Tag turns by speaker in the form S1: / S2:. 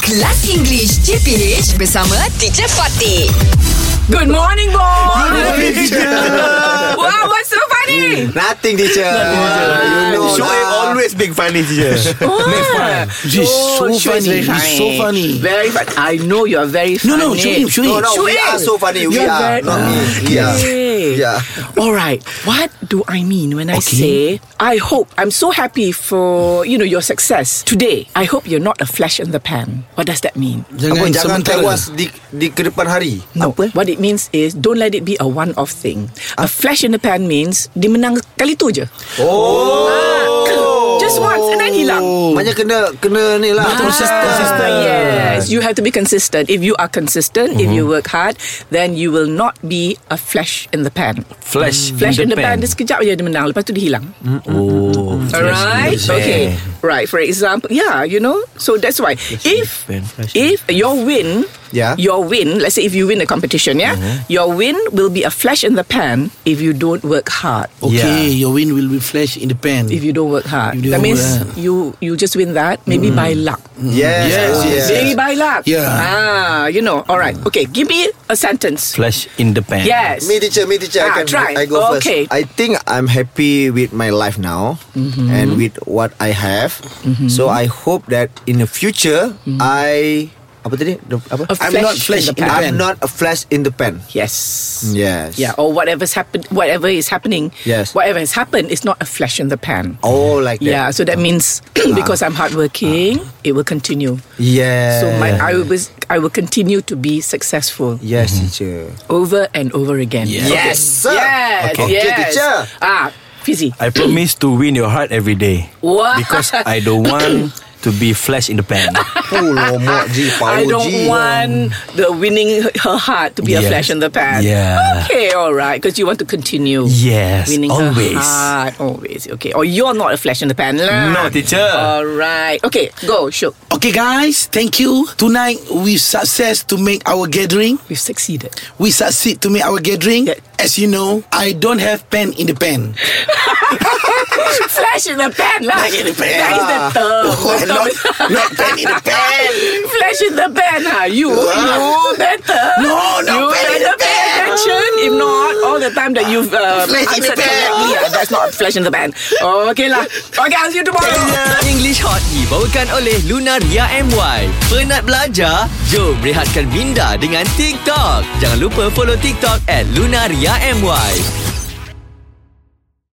S1: Kelas English CPH bersama Teacher Fatih. Good morning, boy. Wow, what's so
S2: Mm.
S1: funny?
S3: Nothing teacher. You
S4: Ah,
S3: know lah.
S4: being funny teacher.
S1: Why?
S2: She's so
S5: Shu is
S2: funny.
S5: very
S2: He's so funny.
S5: Very Oh, funny. I know you are very
S2: No,
S5: funny.
S2: no, shoot him, shoot
S3: No,
S2: him.
S3: no, we
S1: Shuib.
S3: are so funny. We
S5: You're
S3: are.
S5: very-
S3: Not me. Yeah.
S5: Okay.
S3: Yeah.
S5: All right. What do I mean when I say I hope I'm so happy for you know your success today. I hope you're not a flash in the pan. What does that mean?
S3: Apa,
S2: Jangan
S3: jangan
S2: sementara.
S3: tewas di, di ke depan hari.
S5: No. What it means is don't let it be a one-off thing. A flash in the pan means dia menang kali tu je. Oh. Just once and then hilang.
S3: Maknanya kena kena ni lah.
S5: Ah, yes, Mhm. you have to be consistent. If you are consistent, if you work hard, then you will not be a flash in the pan.
S4: Flash,
S5: Flash in the pan, dia sekejap je dia menang, lepas tu dia hilang.
S4: Oh,
S5: Alright, okay, right. For example, yeah, you know, so that's why if
S4: pan, flash
S5: if your win,
S3: Yeah.
S5: your win. Let's say if you win a competition, yeah, your win will be a flash in the pan if you don't work hard.
S2: Okay, your win will be flash in the pan.
S5: If you don't work hard,
S2: If you
S5: that
S2: don't
S5: means
S2: work
S5: you you just win that maybe by luck.
S3: Yes. Yes. yes.
S5: Very by luck.
S2: Yeah.
S5: Ah, you know. All right. Okay. Give me a sentence.
S4: flash in the pan.
S5: Yes.
S3: Me teacher, me teacher.
S5: Ah,
S3: I can
S5: try.
S3: I go first.
S5: Okay.
S3: I think I'm happy with my life now
S5: Mm-hmm.
S3: and with what I have. So I hope that in the future I apa tadi? The- Apa?
S5: Mm-hmm. A
S2: I'm
S5: flash
S2: not flash
S5: in the pan.
S3: I'm not a flash in the pan.
S5: Yes.
S3: Yes.
S5: Yeah. Or whatever's happened. Whatever is happening.
S3: Yes.
S5: Whatever has happened is not a flash in the pan.
S3: Oh, like
S5: Yeah.
S3: that.
S5: So that means because I'm hardworking, it will continue.
S3: Yeah.
S5: So my I will be- I will continue to be successful
S3: Yes, teacher.
S5: over and over again.
S2: Yeah.
S5: Yes.
S3: Sir.
S5: Yes.
S3: Okay.
S5: Yes.
S3: Okay, teacher.
S5: Ah, fizzy.
S4: I promise to win your heart every day
S5: What?
S4: because I don't want to be flash in the pan.
S3: Oh, lomok Ji, power
S5: I don't
S3: Ji.
S5: want the winning her heart to be a
S4: Yes.
S5: flash in the pan.
S4: Yeah.
S5: Okay, all right, because you want to continue.
S4: Yes,
S5: winning
S4: always.
S5: her heart, always. Okay, or you're not a flash in the pan, lah.
S4: No, teacher.
S5: All right, okay, go, shoot.
S2: Uh, Okay, guys, thank you. Tonight we success to make our gathering.
S5: We've succeeded.
S2: We succeed to make our gathering.
S5: Yeah.
S2: As you know, I don't have pen in the pen.
S5: flash in the pan, lah.
S2: Flash in the pan.
S5: That is the
S3: Ah.
S5: term. The
S2: not,
S5: term is-
S2: not pen in the pen.
S5: Flash in the pan, ha? You, you better.
S2: No, not
S5: you
S2: flash in
S5: better
S2: the
S5: pay
S2: pan.
S5: attention. If not, all the time that you've uh,
S2: Flash in
S5: answered
S2: the pan.
S5: correctly, ah, that's not flash in the pan. Okay lah. Okay, I'll see you tomorrow.
S6: English Hot dibawakan oleh Lunaria MY. Penat belajar? Jom rehatkan minda dengan TikTok. Jangan lupa follow TikTok at Lunaria MY.